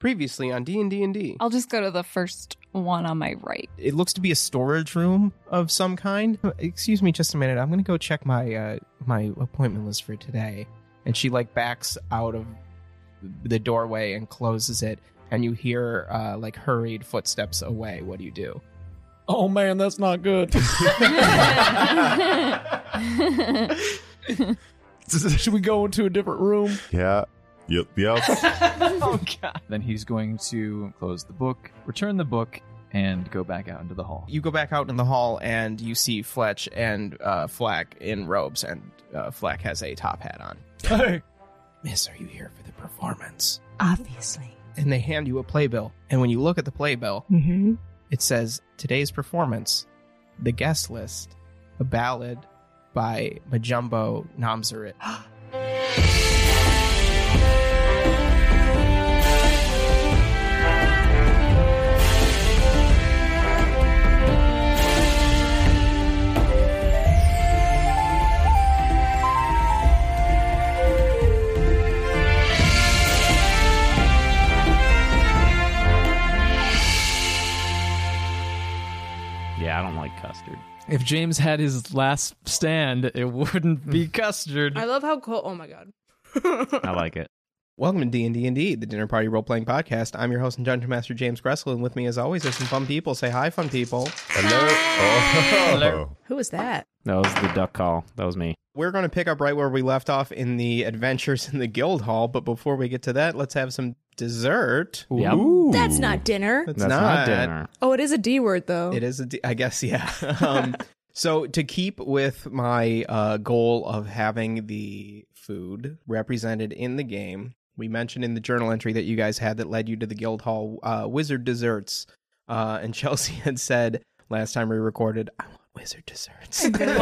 Previously on D and D and D, I'll just go to the first one on my right. it looks to be a storage room of some kind. Excuse me, just a minute. I'm gonna go check my uh, my appointment list for today. And she like backs out of the doorway and closes it. And you hear uh, like hurried footsteps away. What do you do? Oh man, that's not good. Should we go into a different room? Yeah. Yep. Yep. Then he's going to close the book, return the book, and go back out into the hall. You go back out in the hall and you see Fletch and uh, Flack in robes, and uh, Flack has a top hat on. Hey, Miss, are you here for the performance? Obviously. And they hand you a playbill. And when you look at the playbill, Mm-hmm. It says today's performance, the guest list, a ballad by Majumbo Namzarit. Yeah, I don't like custard. If James had his last stand, it wouldn't be custard. I love how cool. Oh my god. I like it. Welcome to D and D and D, the Dinner Party Role Playing Podcast. I'm your host and Dungeon Master James Gressel, and with me, as always, are some fun people. Say hi, fun people. Hello. Oh. Hello. Who is that? That was the duck call. That was me. We're going to pick up right where we left off in the Adventures in the Guild Hall, but before we get to that, let's have some dessert. Oh. Yep. That's not dinner. It's That's not dinner. Oh, it is a D word though. It is, a d- I guess, yeah. Um, so to keep with my uh, goal of having the food represented in the game, we mentioned in the journal entry that you guys had that led you to the Guildhall uh, Wizard desserts, uh, and Chelsea had said last time we recorded, "I want wizard desserts." want wizard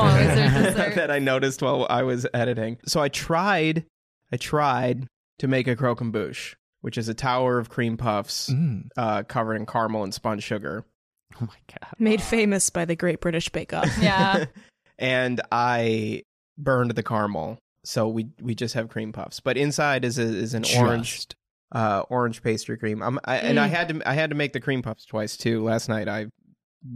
desserts. that I noticed while I was editing. So I tried, I tried to make a croquembouche, which is a tower of cream puffs Mm. uh, covered in caramel and spun sugar. Oh my god. Made famous by the Great British Bake Off. Yeah. and I burned the caramel. So we we just have cream puffs, but inside is a, is an orange Just. uh, orange pastry cream. i I, and I had to I had to make the cream puffs twice too. Last night I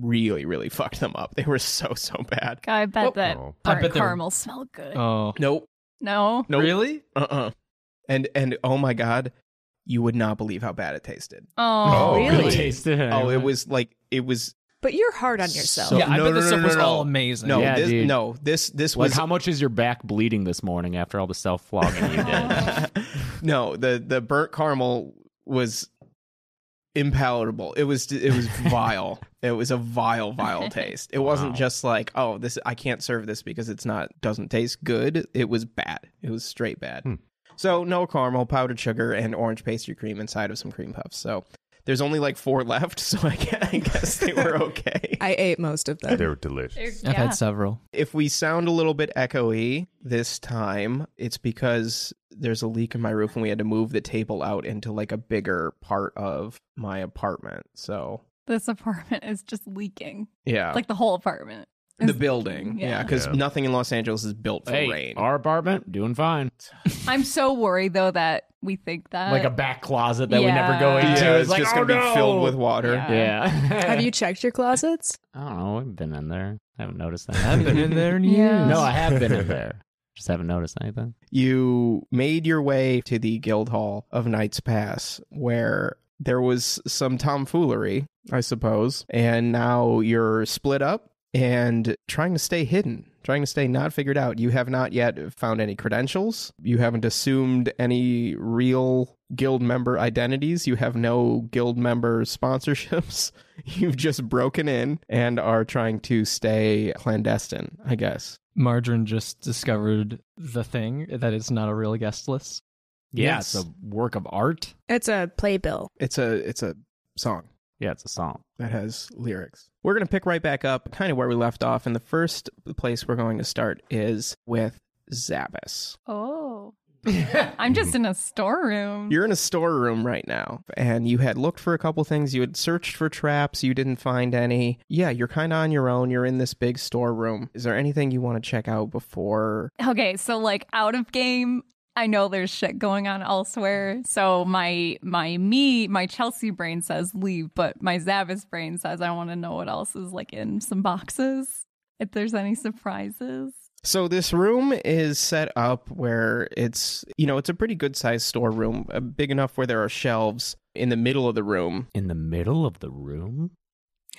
really really fucked them up. They were so so bad. God, I bet Well, that Oh. I burnt bet they're- caramel smelled good. Oh. Nope. no. Nope. Really? Uh uh And and oh my god, you would not believe how bad it tasted. Oh, Oh, really? really? Tasted it. Oh, it was like it was But you're hard on yourself. So- yeah, I no, bet no, this no, stuff no, was no. all amazing. no Yeah, this dude. no this this Like, was how much is your back bleeding this morning after all the self flogging you did? no, the the burnt caramel was impalatable. It was it was vile. it was a vile vile taste. It wasn't Wow. just like, oh, this I can't serve this because it's not doesn't taste good. It was bad. It was straight bad. Hmm. So no caramel, powdered sugar, and orange pastry cream inside of some cream puffs. So there's only like four left. So I guess, I guess they were okay. I ate most of them. they were delicious. I've yeah. had several. if we sound a little bit echoey this time, it's because there's a leak in my roof and we had to move the table out into like a bigger part of my apartment. So, This apartment is just leaking. yeah. Like the whole apartment. the building. Yeah, Yeah. because Yeah. nothing in Los Angeles is built for hey, rain. our apartment doing fine. I'm so worried though that we think that like a back closet that we never go Yeah. into. yeah, it's like, just oh, going to be no! filled with water. Yeah. Yeah. Have you checked your closets? I don't know. I've been in there. I haven't noticed that. I've been in there in Yeah. years. No, I have been in there. Just haven't noticed anything. You made your way to the Guildhall of Knights Pass, where there was some tomfoolery, I suppose, and now you're split up and trying to stay hidden, trying to stay not figured out. You have not yet found any credentials. You haven't assumed any real guild member identities. You have no guild member sponsorships. You've just broken in and are trying to stay clandestine, I guess. Margarine just discovered the thing that is not a real guest list. Yeah, Yes. it's a work of art. It's a playbill. It's a it's a song. Yeah, it's a song. that has lyrics. We're going to pick right back up kind of where we left off. And the first place we're going to start is with Zabbis. Oh. I'm just in a storeroom. Mm. You're in a storeroom right now, and you had looked for a couple things. You had searched for traps, you didn't find any. Yeah, you're kind of on your own. You're in this big storeroom. Is there anything you want to check out before? okay, so like out of game, I know there's shit going on elsewhere. So my my me, my Chelsea brain says leave, but my Zavis brain says I want to know what else is like in some boxes. If there's any surprises. So this room is set up where it's, you know, it's a pretty good sized storeroom, uh, big enough where there are shelves in the middle of the room. In the middle of the room?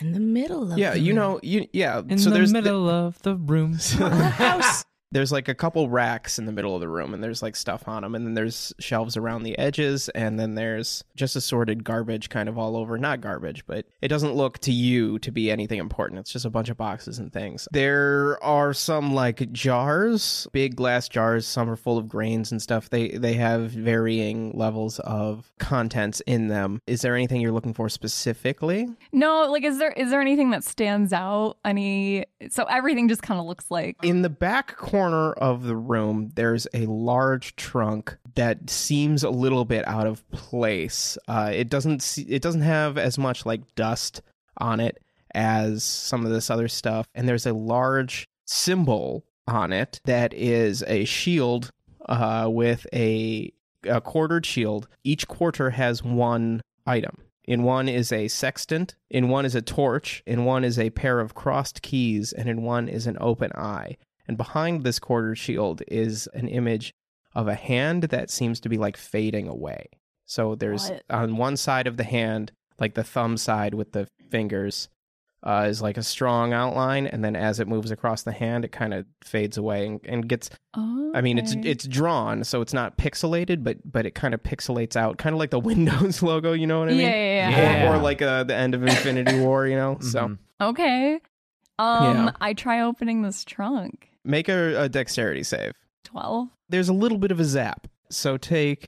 In the middle of Yeah, the you room. know, you yeah. In so the there's middle of the room. house. there's like a couple racks in the middle of the room and there's like stuff on them and then there's shelves around the edges and then there's just assorted garbage kind of all over not garbage but it doesn't look to you to be anything important it's just a bunch of boxes and things there are some like jars big glass jars some are full of grains and stuff they they have varying levels of contents in them is there anything you're looking for specifically No, like is there is there anything that stands out? Any so everything just kind of looks like In the back corner of the room, there's a large trunk that seems a little bit out of place. Uh, it doesn't se- it doesn't have as much like dust on it as some of this other stuff, and there's a large symbol on it that is a shield uh, with a a quartered shield. Each quarter has one item. In one is a sextant, in one is a torch, in one is a pair of crossed keys, and in one is an open eye. And behind this quartered shield is an image of a hand that seems to be like fading away. So there's What? on one side of the hand, like the thumb side with the fingers, uh, is like a strong outline, and then as it moves across the hand, it kind of fades away and, and gets oh I mean, it's it's drawn, so it's not pixelated, but but it kind of pixelates out, kind of like the Windows logo. You know what I yeah, mean? yeah, yeah. Yeah. Or, or like uh, the end of Infinity War. You know. Mm-hmm. So Mhm. Okay. Um Yeah. I try opening this trunk. make a, a dexterity save. 12. There's a little bit of a zap, so take.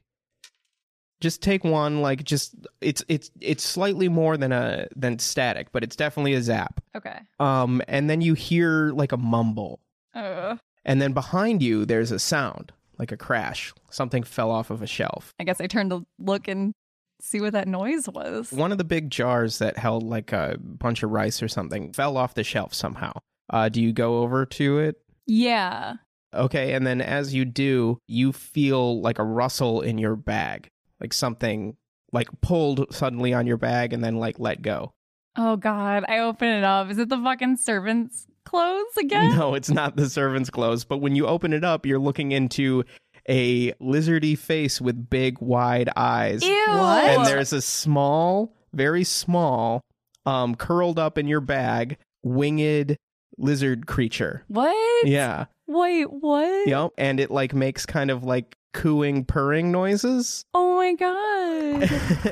Just take one, like just it's it's it's slightly more than a than static, but it's definitely a zap. Okay. Um, and then you hear like a mumble, Uh, and then behind you there's a sound like a crash. Something fell off of a shelf. I guess I turned to look and see what that noise was. One of the big jars that held like a bunch of rice or something fell off the shelf somehow. Uh, do you go over to it? Yeah. Okay, and then as you do, you feel like a rustle in your bag, like something like pulled suddenly on your bag and then like let go. Oh god, I open it up. Is it the fucking servants clothes again? No, it's not the servant's clothes, but when you open it up, you're looking into a lizardy face with big wide eyes. Ew. and there's a small, very small, um, curled up in your bag, winged lizard creature. what? Yeah. Wait, what? Yep. And it like makes kind of like cooing, purring noises. Oh my god.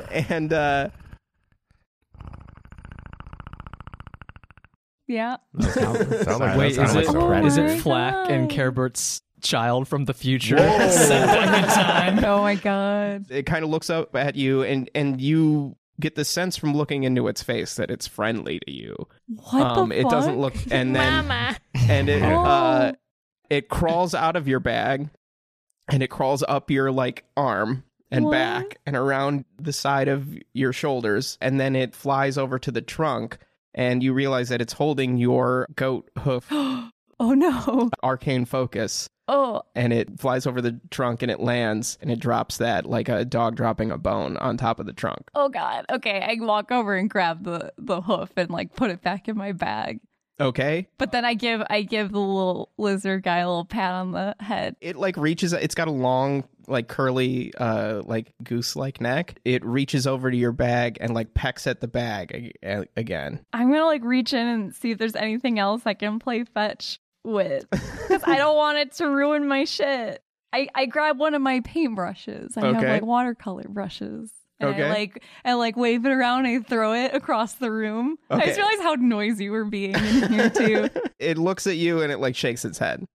and uh yeah. Sound like- Wait, that is sound it, like a rat. is Oh my it Flack and God. Kerbert's child from the future? Whoa. Sending a time. Oh my god. it kind of looks up at you and and you get the sense from looking into its face that it's friendly to you. What um the it fuck? Oh. doesn't look and then and it uh it crawls out of your bag and it crawls up your like arm and What? back and around the side of your shoulders and then it flies over to the trunk and you realize that it's holding your goat hoof oh no. arcane focus Oh, and it flies over the trunk and it lands and it drops that like a dog dropping a bone on top of the trunk oh god. Okay, I walk over and grab the the hoof and like put it back in my bag. okay But then I give I give the little lizard guy a little pat on the head. it like reaches it's got a long like curly uh like goose like neck it reaches over to your bag and like pecks at the bag ag- a- again I'm gonna like reach in and see if there's anything else I can play fetch with because I don't want it to ruin my shit. I I grab one of my paintbrushes. I have Okay. like watercolor brushes. And Okay. I like I like wave it around. and I throw it across the room. I Okay. just realized how noisy we're being in here too. it looks at you and it like shakes its head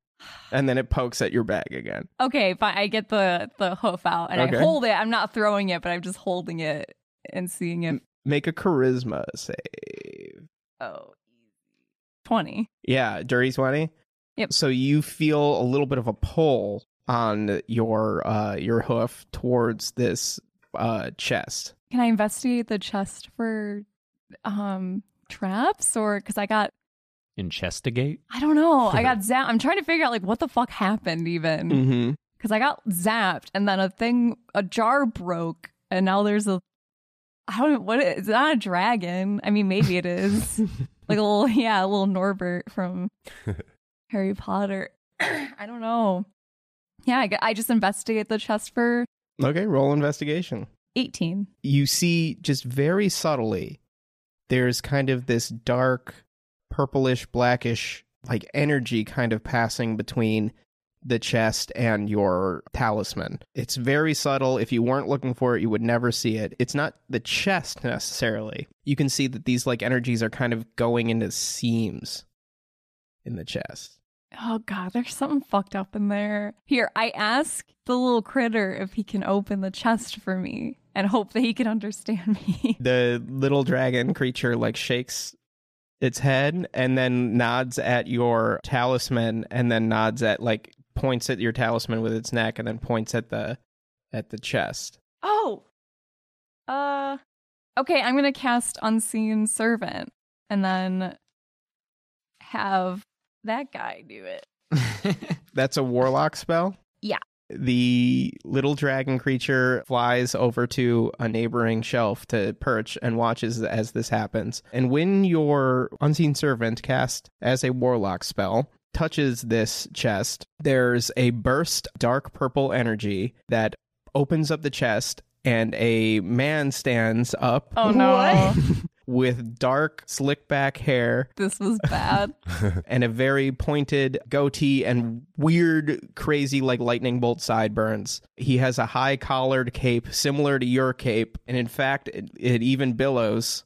and then it pokes at your bag again. Okay, fine. I get the the hoof out and Okay. I hold it. I'm not throwing it, but I'm just holding it and seeing it. Make a charisma save. Oh, 20. Yeah, dirty 20. Yep. So you feel a little bit of a pull on your uh your hoof towards this uh chest. Can I investigate the chest for um traps or because I got Investigate. I don't know. I got zapped. I'm trying to figure out like what the fuck happened even because Mhm. I got zapped and then a thing a jar broke and now there's a I don't know what it, it's not a dragon. I mean maybe it is like a little yeah a little Norbert from Harry Potter. I don't know. Yeah, I, gu- I just investigate the chest for Okay, roll investigation. 18. you see just very subtly there's kind of this dark purplish blackish like energy kind of passing between the chest and your talisman. It's very subtle. If you weren't looking for it, you would never see it. It's not the chest necessarily. You can see that these like energies are kind of going into seams in the chest. Oh god, there's something fucked up in there. Here, I ask the little critter if he can open the chest for me and hope that he can understand me. The little dragon creature like shakes its head and then nods at your talisman and then nods at like points at your talisman with its neck and then points at the at the chest. Oh. Uh Okay, I'm going to cast unseen servant and then have that guy do it. That's a warlock spell? Yeah. The little dragon creature flies over to a neighboring shelf to perch and watches as this happens. And when your unseen servant cast as a warlock spell touches this chest, there's a burst dark purple energy that opens up the chest and a man stands up Oh no. with dark slick back hair This was bad. and a very pointed goatee and weird, crazy, like lightning bolt sideburns. He has a high collared cape similar to your cape, and in fact, it, it even billows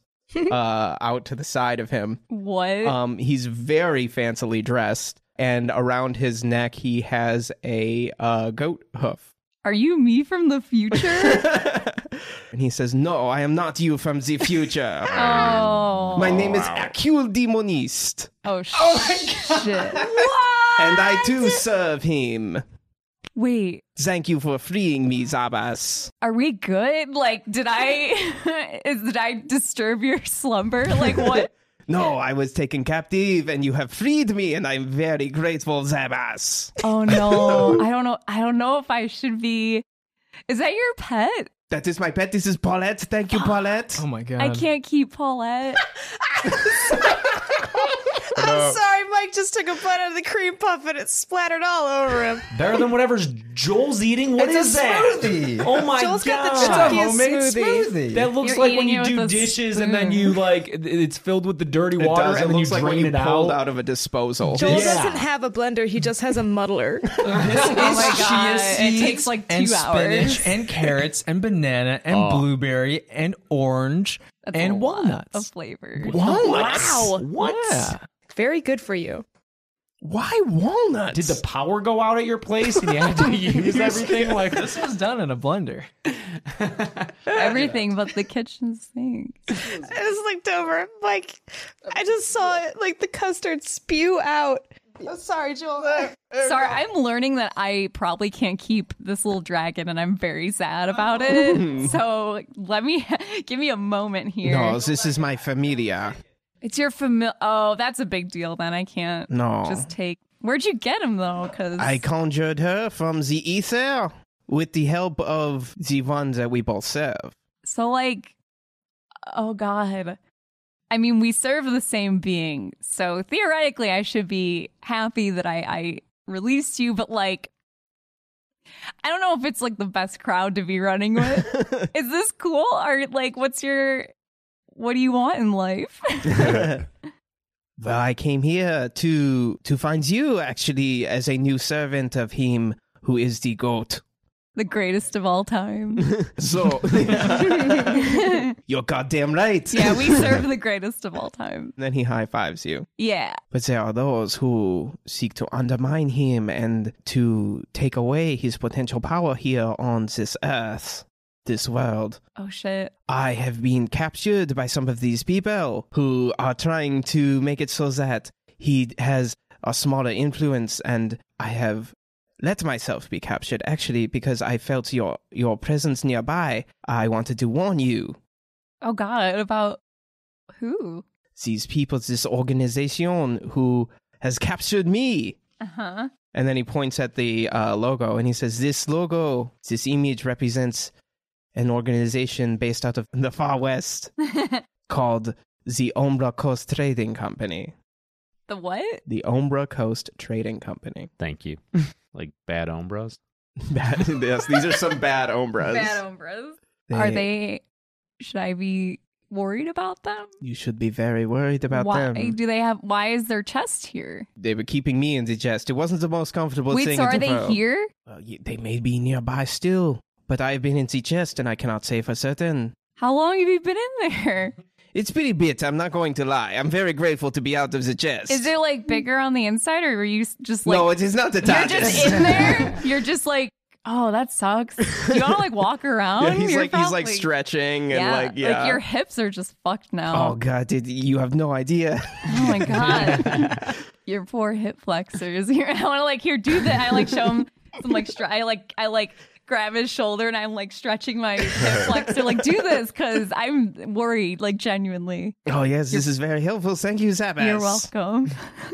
uh, out to the side of him. what? Um, he's very fancily dressed, and around his neck, he has a uh, goat hoof. Are you me from the future? and he says, No, I am not you from the future. oh. My name is Hercule Demoniste, Oh, sh- oh my god. Shit. and I too serve him. Wait. Thank you for freeing me, Zabas. are we good? Like, did I is did I disturb your slumber? Like what? No, I was taken captive and you have freed me, and I'm very grateful, Zabas. oh no. I don't know. I don't know if I should be Is that your pet? That is my pet. This is Paulette. Thank you, Paulette. Oh my god. Um, I can't keep Paulette. I'm sorry, Mike just took a bite out of the cream puff and it splattered all over him. Better than whatever's Joel's eating. What is It's a that? smoothie. Oh my Joel's god! got the chunkiest smoothie. That looks You're like eating when you it do with a dishes and then spoon. you like it- it's filled with the dirty water and then you drain it out. of a Joel disposal. Joel Yeah. doesn't doesn't have a blender, he just has a muddler. This Oh is my chia God, it seeds takes like and two hours. spinach and carrots and banana and blueberry and orange That's a and lot walnuts. of flavor. Walnuts? Wow. What? Yeah. Very good for you. Why walnuts? Did the power go out at your place and you had to use everything? Like This was done in a blender. Everything but the kitchen sink. I just looked over. Mike, I just saw it like the custard spew out. Oh, sorry, Joel. Sorry, I'm learning that I probably can't keep this little dragon and I'm very sad about it. so let me give me a moment here. No, this is my familia. It's your famil. Oh, that's a big deal. Then I can't. No. Just take. Where'd you get him though? Because I conjured her from the ether with the help of the one that we both serve. so like, oh god. I mean, we serve the same being, so theoretically, I should be happy that I I released you. But like, I don't know if it's like the best crowd to be running with. Is this cool? Or like, what's your what do you want in life? Well, I came here to to find you actually as a new servant of him who is the goat. The greatest of all time. So you're goddamn right. yeah, we serve the greatest of all time. Then he high fives you. Yeah. But there are those who seek to undermine him and to take away his potential power here on this earth, this world. Oh shit. I have been captured by some of these people who are trying to make it so that he has a smaller influence, and I have let myself be captured actually because I felt your your presence nearby. I wanted to warn you. Oh god, about who? These people, this organization who has captured me. Uh-huh. And then he points at the uh, logo and he says, This logo, this image represents an organization based out of the far west called the Ombra Coast Trading Company. The what? The Ombra Coast Trading Company. Thank you. like bad ombros. Bad, yes, these are some bad ombras. Bad ombras. Are they should I be worried about them? You should be very worried about why them. do they have why is their chest here? They were keeping me in the chest. It wasn't the most comfortable Wait, thing. so in are the they world. here? Well, you- they may be nearby still, but I have been in the chest and I cannot say for certain. How long have you been in there? It's been a bit. I'm not going to lie. I'm very grateful to be out of the chest. Is it like bigger on the inside or were you s- just like no, it is not the You're time. just in there. You're just like, oh, that sucks. You want to like walk around? Yeah, he's You're like he's like probably- stretching and yeah, like yeah. your hips are just fucked now. oh god, did you have no idea? Oh my god, your poor hip flexors. Here, I want to like here do that. I like show him some like str- I like I like grab his shoulder and I'm like stretching my hip flexor. Like do this because I'm worried. Like genuinely. Oh yes, this is very helpful. Thank you, Zabas. You're welcome.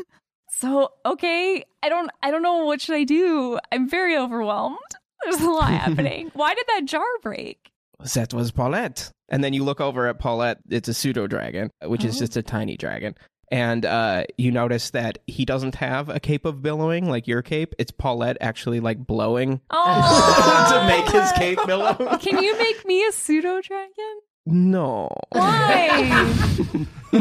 So okay, I don't I don't know what should I do. I'm very overwhelmed. There's a lot happening. Why did that jar break? That was Paulette. And then you look over at Paulette. It's a pseudo dragon, which is Oh. just a tiny dragon. And uh, you notice that he doesn't have a cape of billowing like your cape. It's Paulette actually like blowing to Oh, make his cape billow. can you make me a pseudo dragon? No, Why?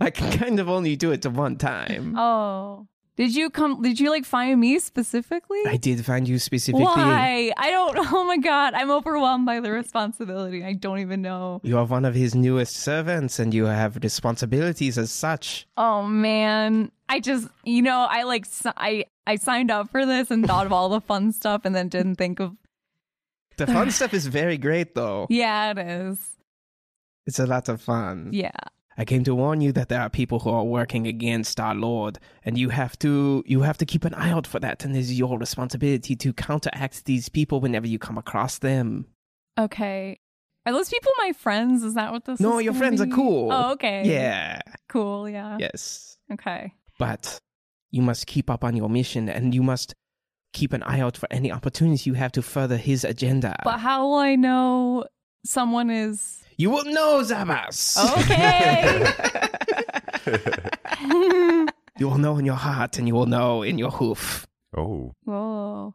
I can kind of only do it to one time. oh, did you come? Did you like find me specifically? I did find you specifically. Why? I don't. Oh my god, I'm overwhelmed by the responsibility. I don't even know. You are one of his newest servants and you have responsibilities as such. Oh man, I just you know I like si- I I signed up for this and thought of all the fun stuff and then didn't think of The fun stuff is very great though. yeah it is It's a lot of fun. yeah I came to warn you that there are people who are working against our lord and you have to you have to keep an eye out for that and it is your responsibility to counteract these people whenever you come across them. okay are those people my friends? Is that what this? no, is your gonna friends are be? cool. Oh okay Yeah. cool yeah Yes. okay But you must keep up on your mission and you must keep an eye out for any opportunities you have to further his agenda. but how will I know someone is you will know Zabas. okay? You will know in your heart and you will know in your hoof. Oh. Whoa.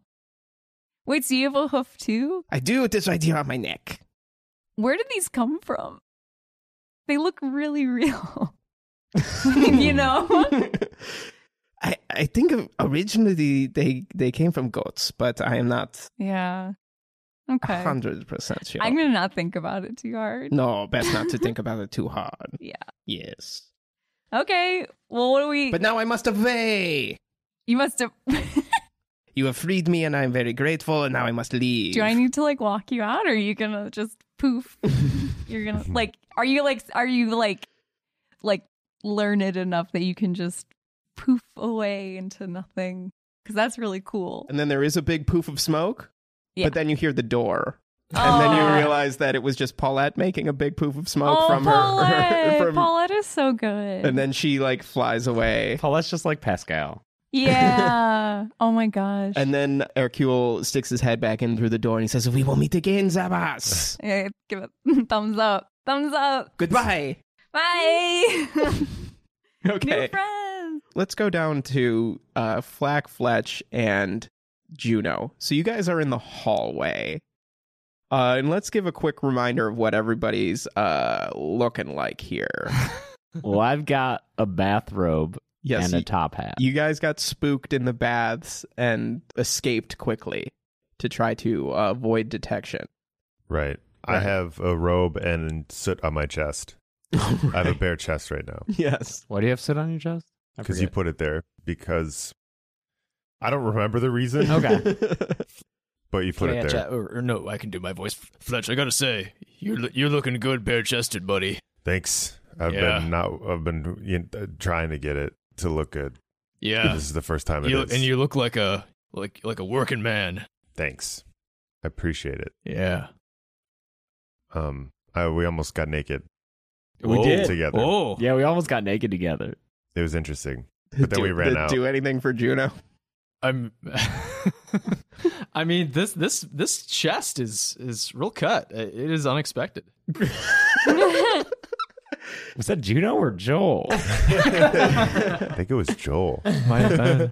Wait, so you have a hoof too? I do with this right here on my neck. Where did these come from? They look really real. you know? I, I think originally they, they came from goats, but I am not Yeah. a Okay. 100% sure. I'm gonna not think about it too hard. No, best not to think about it too hard. Yeah. Yes. Okay. Well, what do we? But now I must away. you must have. You have freed me and I am very grateful, and now I must leave. do I need to like walk you out, or are you gonna just poof? You're gonna like. Are you like? Are you like? Like learned enough that you can just poof away into nothing? Because that's really cool. And then there is a big poof of smoke, Yeah. but then you hear the door. And then Aw. you realize that it was just Paulette making a big poof of smoke oh, from her- Paulette. her. from, Paulette is so good. and then she like flies away. Paulette's just like Pascal. yeah. oh my gosh. And then Hercule sticks his head back in through the door and he says, We will meet again, Zabas. Yeah, give it thumbs up. Thumbs up. Goodbye. Bye. New Okay. friends. Let's go down to uh, Flack, Fletch, and Juno. So you guys are in the hallway. Uh, and let's give a quick reminder of what everybody's uh, looking like here. Well, I've got a bathrobe Yes, and y- a top hat. You guys got spooked in the baths and escaped quickly. to try to uh, avoid detection. Right. I Right. have a robe and soot on my chest. I have a bare chest right now Yes. Why do you have soot on your chest? I because you forget. put it there because I don't remember the reason. Okay. But you put Yeah, it there. chat- Or, or no, I can do my voice. Fletch, I gotta say, you're lo- you're looking good, bare chested, buddy. Thanks. I've Yeah. been not. I've been you know, trying to get it to look good. Yeah, This is the first time it is. you, and you look like a like like a working man. Thanks. I appreciate it. Yeah, Um, I, we almost got naked. We did. together. Oh, Yeah, we almost got naked together. It was interesting, but then do, we ran did out. Do anything for Juno? I'm. I mean this this this chest is is real cut. It is unexpected. Was that Juno or Joel? I think it was Joel. Might have been.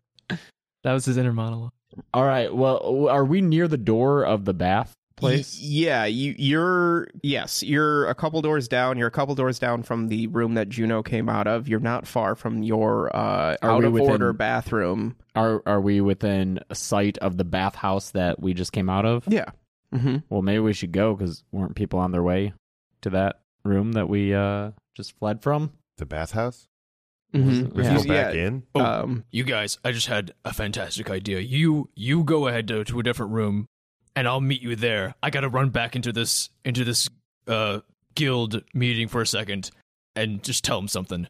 That was his inner monologue. All right. Well, are we near the door of the bath place? Y- yeah, you you're yes, you're a couple doors down. You're a couple doors down from the room that Juno came out of. You're not far from your uh, Are out we of within- order bathroom. Are are we within sight of the bathhouse that we just came out of? Yeah. Mm-hmm. Well, maybe we should go because weren't people on their way to that room that we uh, just fled from? The bathhouse? mm-hmm. We Yeah. go back in? Oh, Um, you guys, I just had a fantastic idea. You you go ahead to, to a different room, and I'll meet you there. I gotta run back into this into this uh guild meeting for a second and just tell them something.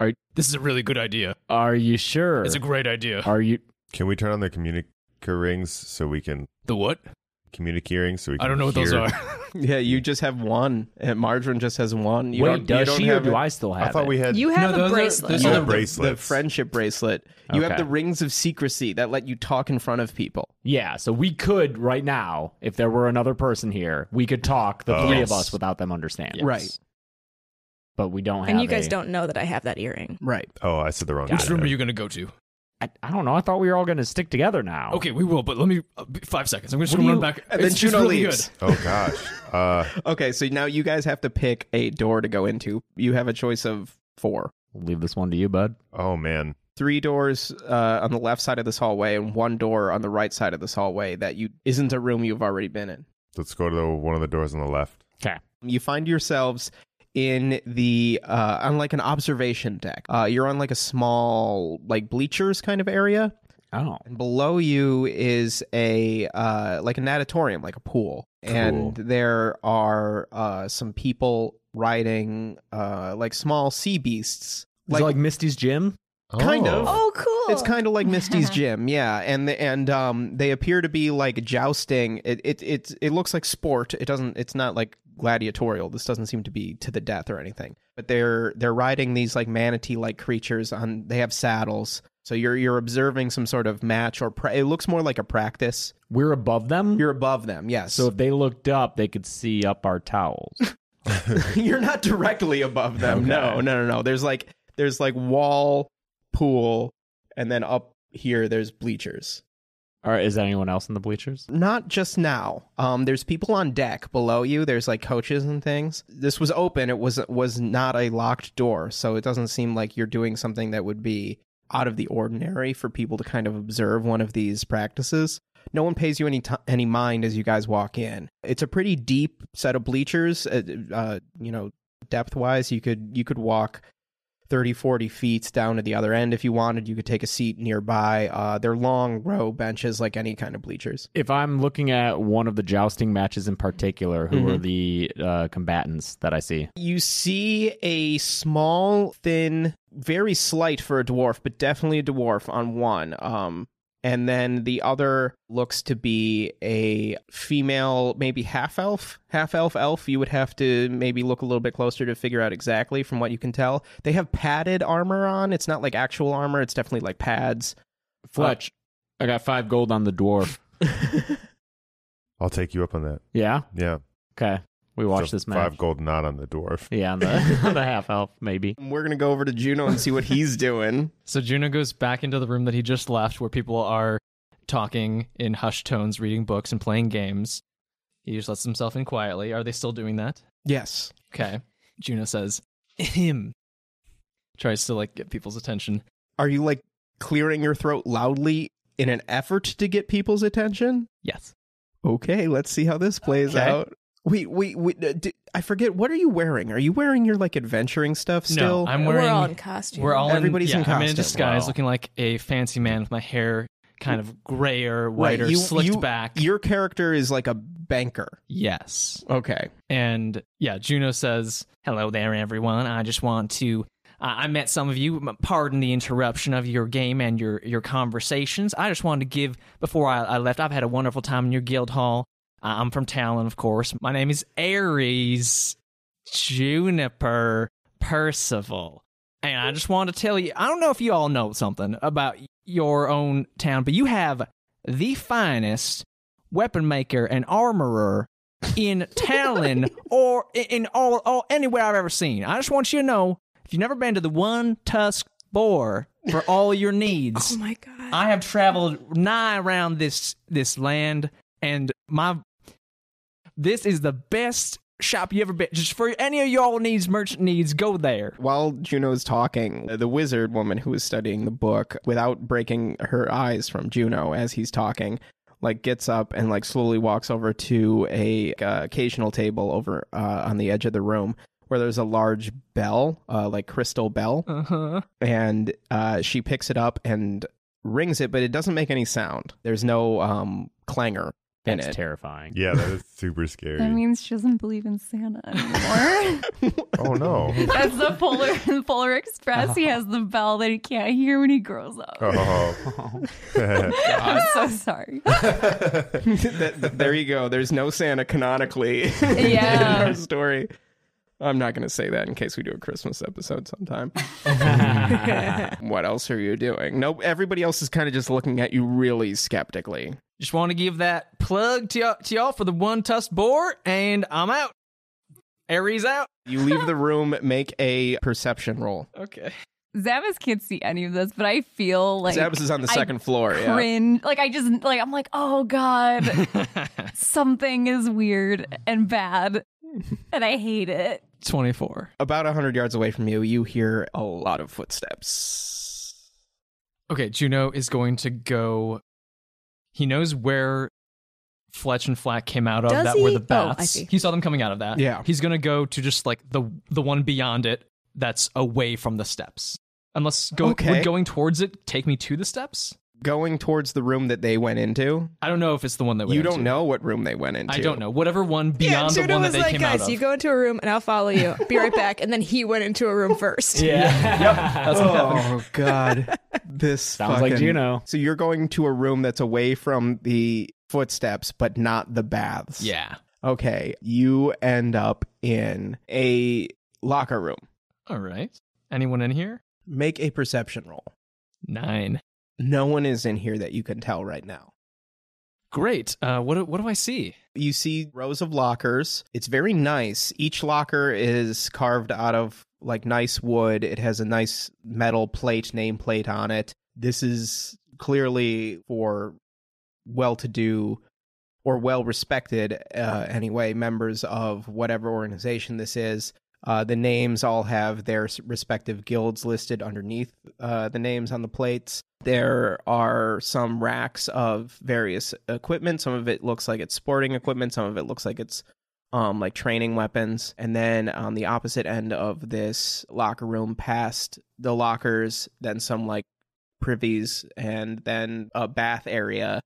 Are- this is a really good idea. Are you sure? It's a great idea. are you? Can we turn on the communica rings so we can the what? communicate rings so we can I don't know what those hear- are. yeah, you just have one, and Margarine just has one. You Wait, don't, you does don't she or have do it. I still have I thought it? we had You have a bracelet. You Uh, those are have the- the bracelets. friendship bracelet. You have Okay. the rings of secrecy that let you talk in front of people. Yeah, so we could right now, if there were another person here, we could talk the Oh. three Yes. of us without them understanding. Right. But we don't have. and you guys a- don't know that I have that earring. Right. Oh, I said the wrong Got Which thing. room are you gonna go to? I, I don't know. I thought we were all going to stick together now. Okay, we will, but let me uh, five seconds. I'm just What gonna do run you- back. And then It's- it's Juno really leaves. good. Oh gosh. Uh Okay, so now you guys have to pick a door to go into. You have a choice of four. We'll leave this one to you, bud. oh man. Three doors uh, on the left side of this hallway and one door on the right side of this hallway that you isn't a room you've already been in. Let's go to the, one of the doors on the left. You find yourselves in the uh, on like an observation deck. Uh, you're on like a small like bleachers kind of area, Oh, and below you is a uh, like an natatorium, like a pool, and there are uh, some people riding uh, like small sea beasts. like, like Misty's gym. Kind of. Oh, cool. It's kind of like Misty's gym, yeah, and the, and um, they appear to be like jousting. It it it it looks like sport. It doesn't. It's not like gladiatorial. This doesn't seem to be to the death or anything. But they're they're riding these like manatee like creatures on. They have saddles, so you're you're observing some sort of match or pra- it looks more like a practice. We're above them. You're above them, yes. so if they looked up, they could see up our towels. you're not directly above them. No, Okay. no, no, no. There's like there's like wall, pool, and then up here there's bleachers. All right, is there anyone else in the bleachers? Not just now. Um, there's people on deck below you. There's like coaches and things. This was open. It was was not a locked door, so it doesn't seem like you're doing something that would be out of the ordinary for people to kind of observe one of these practices. No one pays you any ti any mind as you guys walk in. It's a pretty deep set of bleachers. Uh, uh, you know, depth wise, you could you could walk 30, 40 feet down to the other end if you wanted. You could take a seat nearby. Uh, they're long row benches like any kind of bleachers. If I'm looking at one of the jousting matches in particular, who Mhm. are the uh, combatants that I see? You see a small, thin, very slight for a dwarf, but definitely a dwarf on one. Um, and then the other looks to be a female, maybe half elf, half elf elf. You would have to maybe look a little bit closer to figure out exactly from what you can tell. They have padded armor on. It's not like actual armor, it's definitely like pads. Fletch, Uh, I got five gold on the dwarf. I'll take you up on that. Yeah. Yeah. Okay. We watch So this match. Five gold not on the dwarf. Yeah, on the, on the half elf, maybe. We're going to go over to Juno and see what he's doing. So Juno goes back into the room that he just left where people are talking in hushed tones, reading books, and playing games. He just lets himself in quietly. Are they still doing that? Yes. Okay. Juno says, him. Tries to like get people's attention. Are you like clearing your throat loudly in an effort to get people's attention? Yes. okay, let's see how this plays Okay. out. Wait, wait, wait. uh, d- I forget. What are you wearing? Are you wearing your like adventuring stuff still? I'm wearing. We're all in costume. We're all in- Everybody's in yeah, I'm in costume. disguise, Wow. looking like a fancy man with my hair kind of grayer, Right, whiter, you- slicked you- back. Your character is like a banker. Yes. Okay. And yeah, Juno says, "Hello there, everyone. I just want to. uh, I I met some of you. M- Pardon the interruption of your game and your your conversations. I just wanted to give before I, I left. I've had a wonderful time in your guild hall. Uh, I'm from Talon, of course. My name is Ares Juniper Percival, and I just wanted to tell you. I don't know if you all know something about your own town, but you have the finest weapon maker and armorer in Talon or i- in all, all anywhere I've ever seen. I just want you to know if you've never been to the One Tusk Boar for all your needs, Oh my god. I have traveled nigh around this this land, and my this is the best shop you ever been. Just for any of y'all needs merchant needs, go there. While Juno is talking, the wizard woman who is studying the book, without breaking her eyes from Juno as he's talking, like gets up and like slowly walks over to a uh, occasional table over uh, on the edge of the room where there's a large bell, uh, like crystal bell, Uh huh. and uh, she picks it up and rings it, but it doesn't make any sound. There's no um, clangor in That's it. terrifying. Yeah, that is super scary. That means she doesn't believe in Santa anymore. oh no. That's the Polar Polar Express. He has the bell that he can't hear when he grows up. Oh. I'm so sorry. Th- th- there you go. There's no Santa canonically in Yeah. our story. I'm not going to say that in case we do a Christmas episode sometime. what else are you doing? Nope. Everybody else is kind of just looking at you really skeptically. Just want to give that plug to y'all, to y'all for the One Tusk Boar, and I'm out. Aries out. You leave the room, make a perception roll. Okay. Zavis can't see any of this, but I feel like Zabas is on the I second floor. Yeah. cringe. Like I just like I'm like, oh god, something is weird and bad, and I hate it. Twenty four. About 100 yards away from you, you hear a lot of footsteps. Okay, Juno is going to go. He knows where Fletch and Flack came out of. Does that were he? the Oh, I baths. see. He saw them coming out of that. Yeah. He's gonna go to just like the the one beyond it that's away from the steps. Unless go, Okay. would going towards it take me to the steps? Going towards the room that they went into. I don't know if it's the one that we You went don't to. know what room they went into. I don't know. Whatever one yeah, beyond the Juno one that was they like, came guys, out of. you go into a room and I'll follow you. Be right back. And then he went into a room first. That's what happened. Oh God, this Sounds like fucking- Juno. So you're going to a room that's away from the footsteps, but not the baths. Yeah. Okay. You end up in a locker room. All right. Anyone in here? Make a perception roll. Nine. No one is in here that you can tell right now. Great. Uh, what do- what do I see? You see rows of lockers. It's very nice. Each locker is carved out of like nice wood. It has a nice metal plate, nameplate on it. This is clearly for well to do or well respected, uh, anyway, members of whatever organization this is. Uh, the names all have their s- respective guilds listed underneath uh, the names on the plates. There are some racks of various equipment. Some of it looks like it's sporting equipment. Some of it looks like it's um, like training weapons. And then on the opposite end of this locker room, past the lockers, then some like privies, and then a bath area.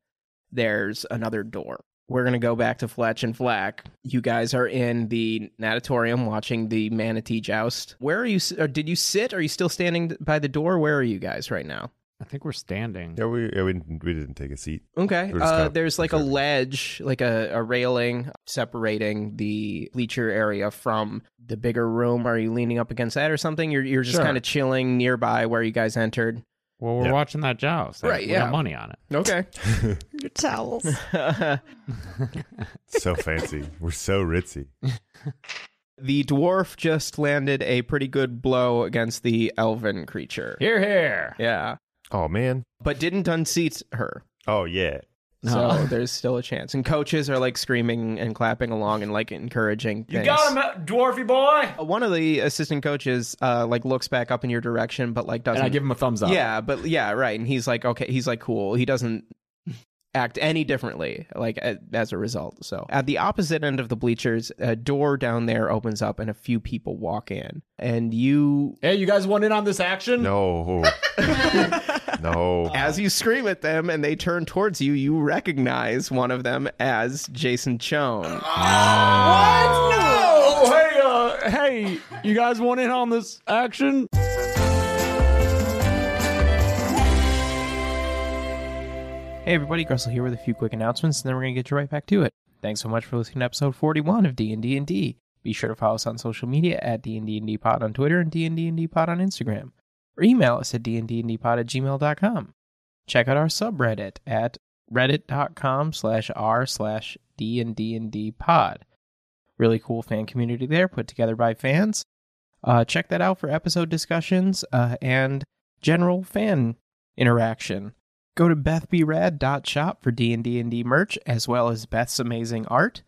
There's another door. We're gonna go back to Fletch and Flack. You guys are in the natatorium watching the manatee joust. Where are you? s- Or did you sit? Are you still standing by the door? Where are you guys right now? I think we're standing. yeah, we, yeah, we, didn't, we didn't take a seat. Okay. We're just kind Uh, of there's like a observing. ledge, like a, a railing separating the bleacher area from the bigger room. Are you leaning up against that or something? You're you're just Sure. kind of chilling nearby where you guys entered. Well, we're Yeah. watching that joust. I- Right, We yeah. got money on Okay. Your towels. it. So fancy. We're so ritzy. the dwarf just landed a pretty good blow against the elven creature. here, here. Yeah. Oh, man. But didn't unseat her. Oh, yeah. So No. there's still a chance. And coaches are like screaming and clapping along and like encouraging. You things. got him, dwarfy boy. Uh, One of the assistant coaches uh like looks back up in your direction but like doesn't And I give him a thumbs up. Yeah, but yeah, right. And he's like, okay, he's like, cool. He doesn't act any differently, like a- as a result. So, at the opposite end of the bleachers, a door down there opens up and a few people walk in. And you, Hey, you guys want in on this action? No. no. as you scream at them and they turn towards you, you recognize one of them as Jason Chone. What? No. Hey, uh, hey, you guys want in on this action? Hey everybody, Gressel here with a few quick announcements, and then we're gonna get you right back to it. Thanks so much for listening to episode 41 of D&D and D. Be sure to follow us on social media at D&D and D Pod on Twitter and D&D and D Pod on Instagram, or email us at dnddpod at gmail.com. Check out our subreddit at reddit.com slash r slash D&D and D Pod. Really cool fan community there, put together by fans. Uh, check that out for episode discussions uh, and general fan interaction. Go to bethbrad.shop for D&D and D merch as well as Beth's amazing art,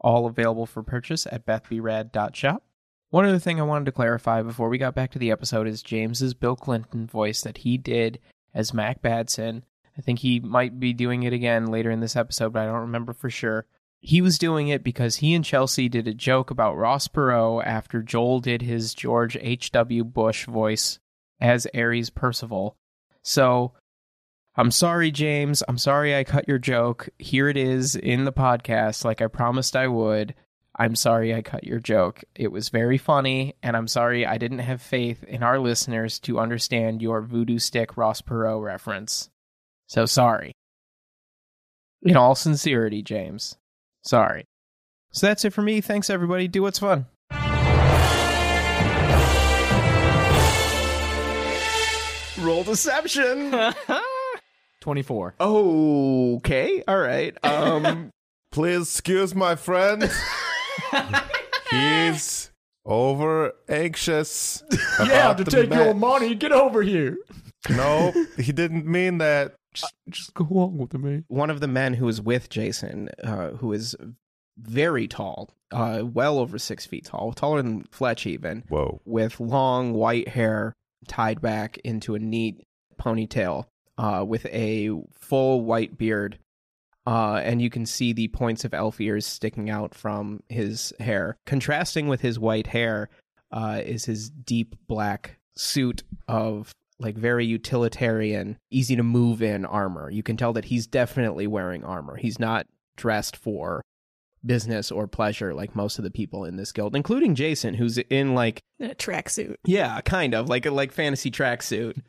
all available for purchase at bethbrad.shop. One other thing I wanted to clarify before we got back to the episode is James's Bill Clinton voice that he did as Mac Badson. I think he might be doing it again later in this episode, but I don't remember for sure. He was doing it because he and Chelsea did a joke about Ross Perot after Joel did his George H.W. Bush voice as Ares Percival. So I'm sorry, James. I'm sorry I cut your joke. Here it is in the podcast, like I promised I would. I'm sorry I cut your joke. It was very funny, and I'm sorry I didn't have faith in our listeners to understand your voodoo stick Ross Perot reference. So sorry. In all sincerity, James. Sorry. So that's it for me. Thanks, everybody. Do what's fun. Roll deception. 24. okay, all right. Um, Please excuse my friend. He's over anxious. Yeah, about to the take your match. money, get over here. No, he didn't mean that. Just go along with me. one of the men who is with Jason, uh, who is very tall, uh, well over six feet tall, taller than Fletch even, Whoa. with long white hair tied back into a neat ponytail, uh, with a full white beard, uh, and you can see the points of elf ears sticking out from his hair. Contrasting with his white hair uh, is his deep black suit of like very utilitarian, easy to move in armor. You can tell that he's definitely wearing armor. He's not dressed for business or pleasure like most of the people in this guild, including Jason, who's in like In a tracksuit. yeah, kind of like a like fantasy tracksuit.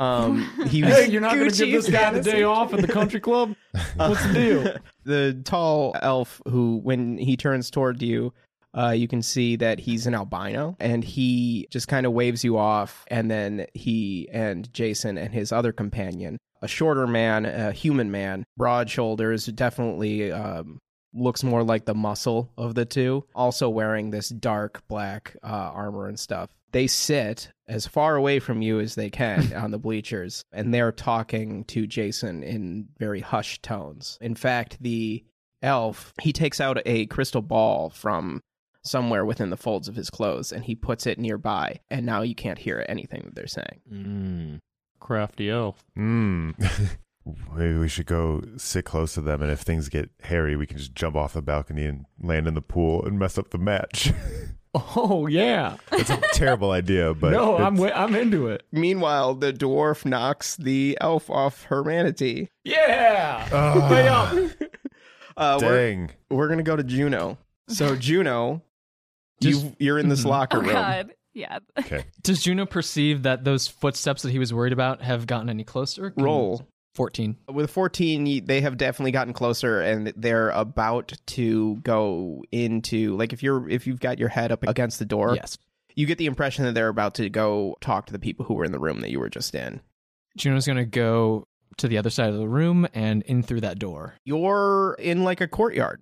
Um, he was Hey, you're not going to give Gucci this guy the fantasy. day off at the country club? What's the deal? the tall elf who, when he turns toward you, uh, you can see that he's an albino, and he just kind of waves you off. And then he and Jason and his other companion, a shorter man, a human man, broad shoulders, definitely um, looks more like the muscle of the two, also wearing this dark black uh, armor and stuff. They sit as far away from you as they can on the bleachers, and they're talking to Jason in very hushed tones. In fact, the elf, he takes out a crystal ball from somewhere within the folds of his clothes and he puts it nearby, and now you can't hear anything that they're saying. Mm, crafty elf. Hmm. Maybe we should go sit close to them, and if things get hairy, we can just jump off the balcony and land in the pool and mess up the match. Oh, yeah. it's a terrible idea, but no, I'm, it's- wi- I'm into it. Meanwhile, the dwarf knocks the elf off her manatee. Yeah. Ah, Way up. Uh, we're- dang. we're gonna go to Juno. So Juno, you you're in this Mhm. locker Oh room. God, yeah. Does Juno perceive that those footsteps that he was worried about have gotten any closer? Can- Roll 14. with 14. y- They have definitely gotten closer, and they're about to go into like if you're if you've got your head up against the door, yes. you get the impression that they're about to go talk to the people who were in the room that you were just in. Juno's going to go to the other side of the room and in through that door. You're in like a courtyard.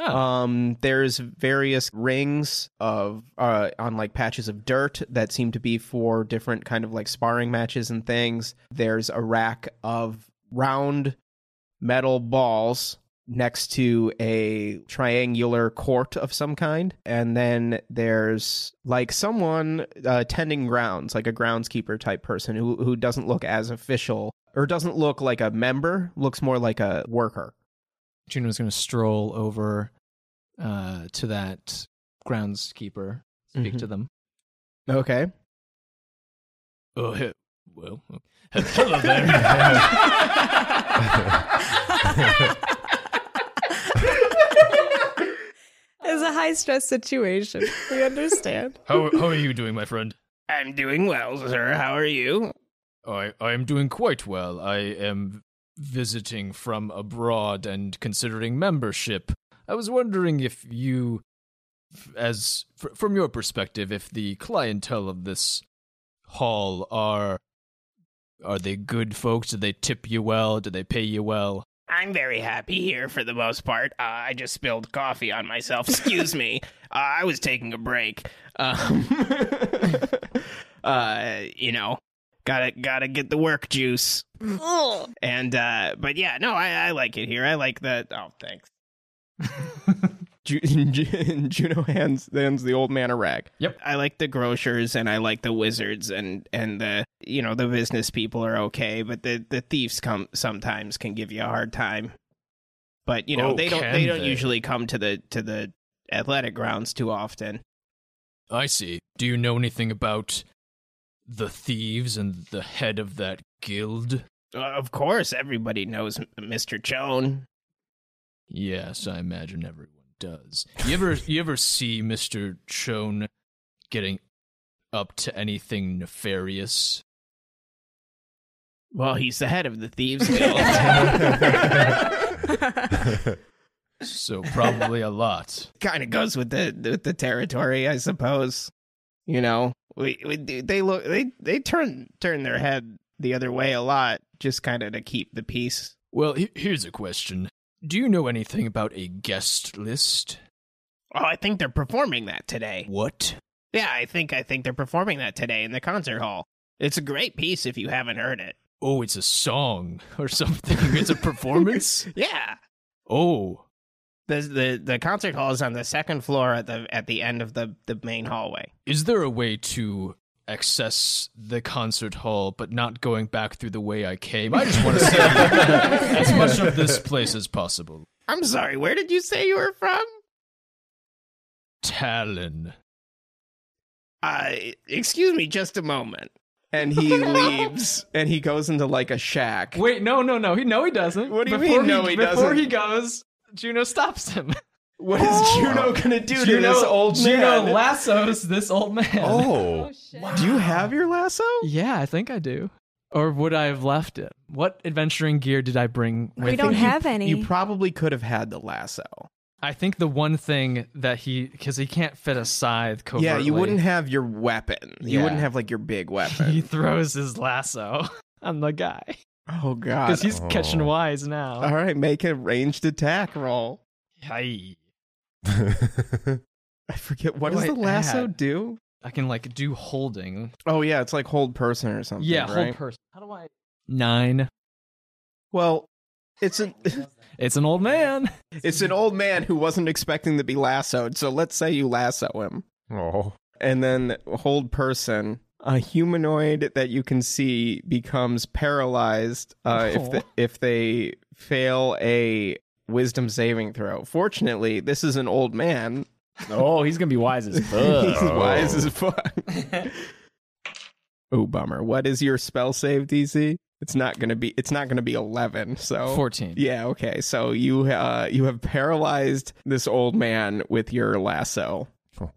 Oh. Um, there's various rings of uh on like patches of dirt that seem to be for different kind of like sparring matches and things. There's a rack of round metal balls next to a triangular court of some kind and then there's like someone uh, tending grounds like a groundskeeper type person who who doesn't look as official or doesn't look like a member, looks more like a worker. Juno's going to stroll over uh, to that groundskeeper, speak to them. Okay. Oh, he- well, he- hello there. It's a high stress situation. We understand. how, how are you doing, my friend? I'm doing well, sir. How are you? I, I am doing quite well. I am visiting from abroad and considering membership. I was wondering if you, f- as fr- from your perspective, if the clientele of this hall are are they good folks? Do they tip you well? Do they pay you well? I'm very happy here for the most part. Uh, I just spilled coffee on myself. Excuse me. Uh, I was taking a break. Um, uh, you know, gotta gotta get the work juice. Ugh. And uh, but yeah, no, I, I like it here. I like that. Oh, thanks. Ju- Ju- Juno hands hands the old man a rag. Yep. I like the grocers and I like the wizards and and the you know the business people are okay, but the the thieves come sometimes can give you a hard time. But you know Oh, they don't can they don't they? usually come to the to the athletic grounds too often. I see. Do you know anything about the thieves and the head of that guild? Uh, of course, everybody knows M- Mr. Chone. Yes, I imagine everyone does. You ever you ever see Mr. Chone getting up to anything nefarious? Well, he's the head of the thieves guild. so probably a lot. kind of goes with the with the territory, I suppose. You know, we, we they look they they turn turn their head the other way a lot, just kind of to keep the peace. Well, he- here's a question. Do you know anything about a guest list? Oh, I think they're performing that today. What? Yeah, I think I think they're performing that today in the concert hall. It's a great piece if you haven't heard it. Oh, it's a song or something. It's a performance? Yeah. Oh, The the the concert hall is on the second floor at the at the end of the the main hallway. is there a way to access the concert hall but not going back through the way I came? I just want to see as much of this place as possible. I'm sorry, where did you say you were from? Talon. Uh, excuse me just a moment. And he leaves and he goes into like a shack. Wait, no, no, no. He no, he doesn't. What do you before mean, no, he before doesn't? he goes, Juno stops him. What is Oh. Juno gonna do to this old Juno man? lassos this old man. Oh. Do you have your lasso? Yeah, I think I do. Or would I have left it? What adventuring gear did I bring? With me? You probably could have had the lasso. I think the one thing that he, because he can't fit a scythe covertly. Yeah, you wouldn't have your weapon. You Yeah. wouldn't have like your big weapon. He throws his lasso on the guy Oh god. because he's catching wise now. All right, make a ranged attack roll. Hi. Oh, I forget What what does the do I lasso add? do? I can like do holding. Oh yeah, it's like hold person or something. yeah, hold right? person. How do I? Nine. Well, it's an it's an old man. It's an old man who wasn't expecting to be lassoed. So let's say you lasso him. Oh. And then hold person. A humanoid that you can see becomes paralyzed uh, if Oh. the, if they fail a wisdom saving throw. Fortunately, this is an old man. Oh, he's gonna be wise as fuck. He's wise as fuck. oh bummer. What is your spell save DC? It's not gonna be. It's not gonna be eleven. So 14. Oh. Yeah. Okay. So you uh you have paralyzed this old man with your lasso,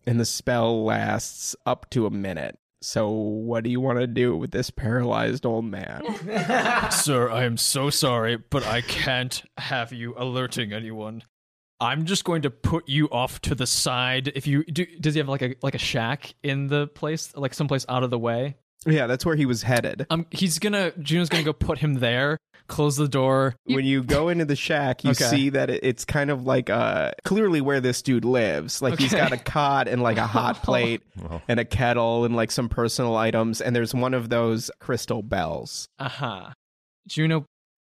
and the spell lasts up to a minute. So what do you want to do with this paralyzed old man? Sir, I am so sorry, but I can't have you alerting anyone. I'm just going to put you off to the side. If you do, Does he have like a like a shack in the place, like someplace out of the way? yeah, that's where he was headed. Um, he's gonna Juno's gonna go put him there, close the door. when you go into the shack, you Okay. see that it, it's kind of like uh clearly where this dude lives. Like he's Okay. got a cot and like a hot plate and a kettle and like some personal items, and there's one of those crystal bells. Uh huh. Juno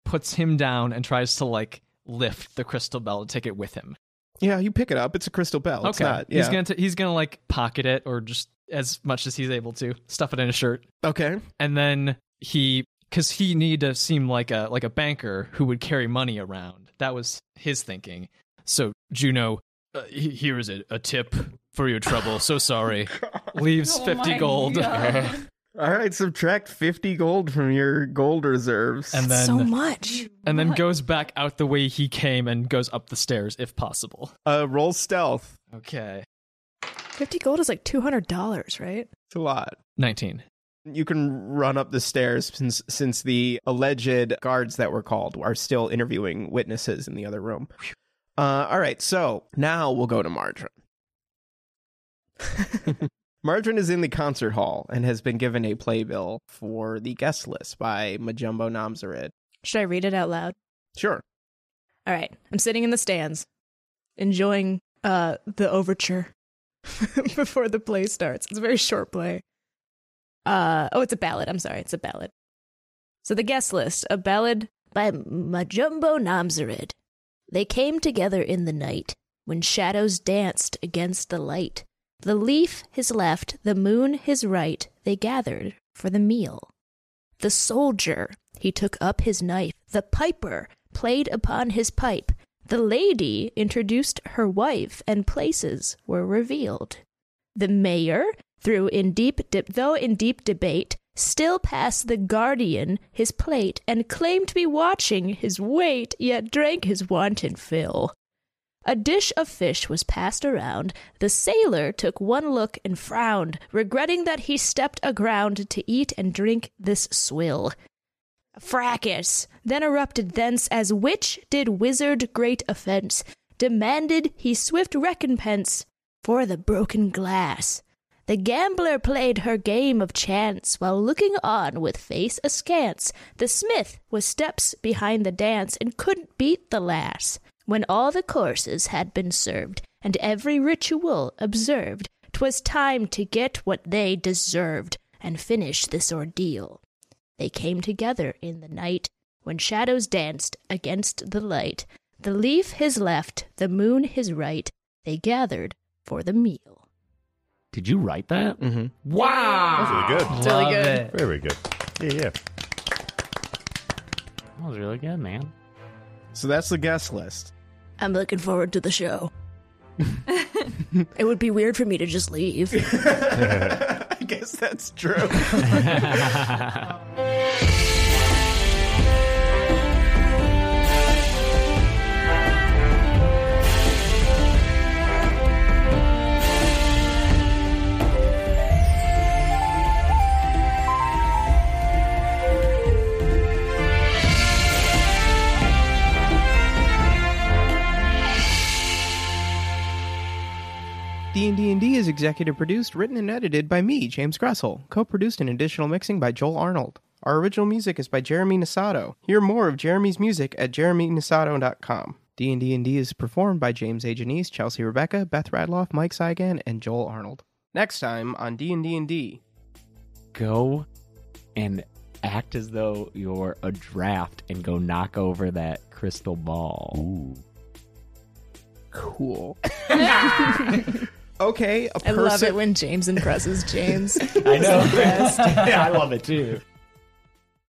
puts him down and tries to like lift the crystal bell and take it with him. Yeah, you pick it up. It's a crystal bell. It's okay, not. Yeah. he's gonna t- he's gonna like pocket it or just as much as he's able to stuff it in his shirt, okay. and then he because he needed to seem like a like a banker who would carry money around. That was his thinking. So Juno, uh, he- here is a, a tip for your trouble. So sorry. Leaves Oh fifty my gold. God. All right, subtract 50 gold from your gold reserves. And then much. and then goes back out the way he came and goes up the stairs if possible. Uh roll stealth. Okay. 50 gold is like $200, right? It's a lot. 19. You can run up the stairs since since the alleged guards that were called are still interviewing witnesses in the other room. Uh, all right, so now we'll go to Margarine. Margarine is in the concert hall and has been given a playbill for the guest list by Majumbo Namzarid. Should I read it out loud? Sure. All right. I'm sitting in the stands, enjoying uh, the overture before the play starts. It's a very short play. Uh, oh, it's a ballad. I'm sorry. It's a ballad. So, the guest list a ballad by Majumbo Namzarid. They came together in the night when shadows danced against the light. The leaf his left, the moon his right, they gathered for the meal. The soldier, he took up his knife. The piper played upon his pipe. The lady introduced her wife, and places were revealed. The mayor, through in deep dip, though in deep debate, still passed the guardian his plate and claimed to be watching his weight, yet drank his wanton fill. A dish of fish was passed around. The sailor took one look and frowned, regretting that he stepped aground to eat and drink this swill. Fracas then erupted thence as which did wizard great offense, demanded he swift recompense for the broken glass. The gambler played her game of chance while looking on with face askance. The smith was steps behind the dance and couldn't beat the lass. When all the courses had been served and every ritual observed, 'twas time to get what they deserved and finish this ordeal. They came together in the night when shadows danced against the light. The leaf his left, the moon his right. They gathered for the meal. Did you write that? Mm-hmm. Wow. That's really good. It's really Love good. it. Very good. Yeah, yeah. That was really good, man. So that's the guest list. I'm looking forward to the show. it would be weird for me to just leave. I guess that's true. D&D and D is executive produced, written and edited by me, James Gressel. Co-produced and additional mixing by Joel Arnold. Our original music is by Jeremy Nisato. Hear more of Jeremy's music at jeremynisato.com. D&D and D is performed by James A. Janice, Chelsea Rebecca, Beth Radloff, Mike Saigan, and Joel Arnold. Next time on D&D and D. Go and act as though you're a draft and go knock over that crystal ball. Cool. okay, a I love person- it when James impresses James. I know. He's impressed. I love it too.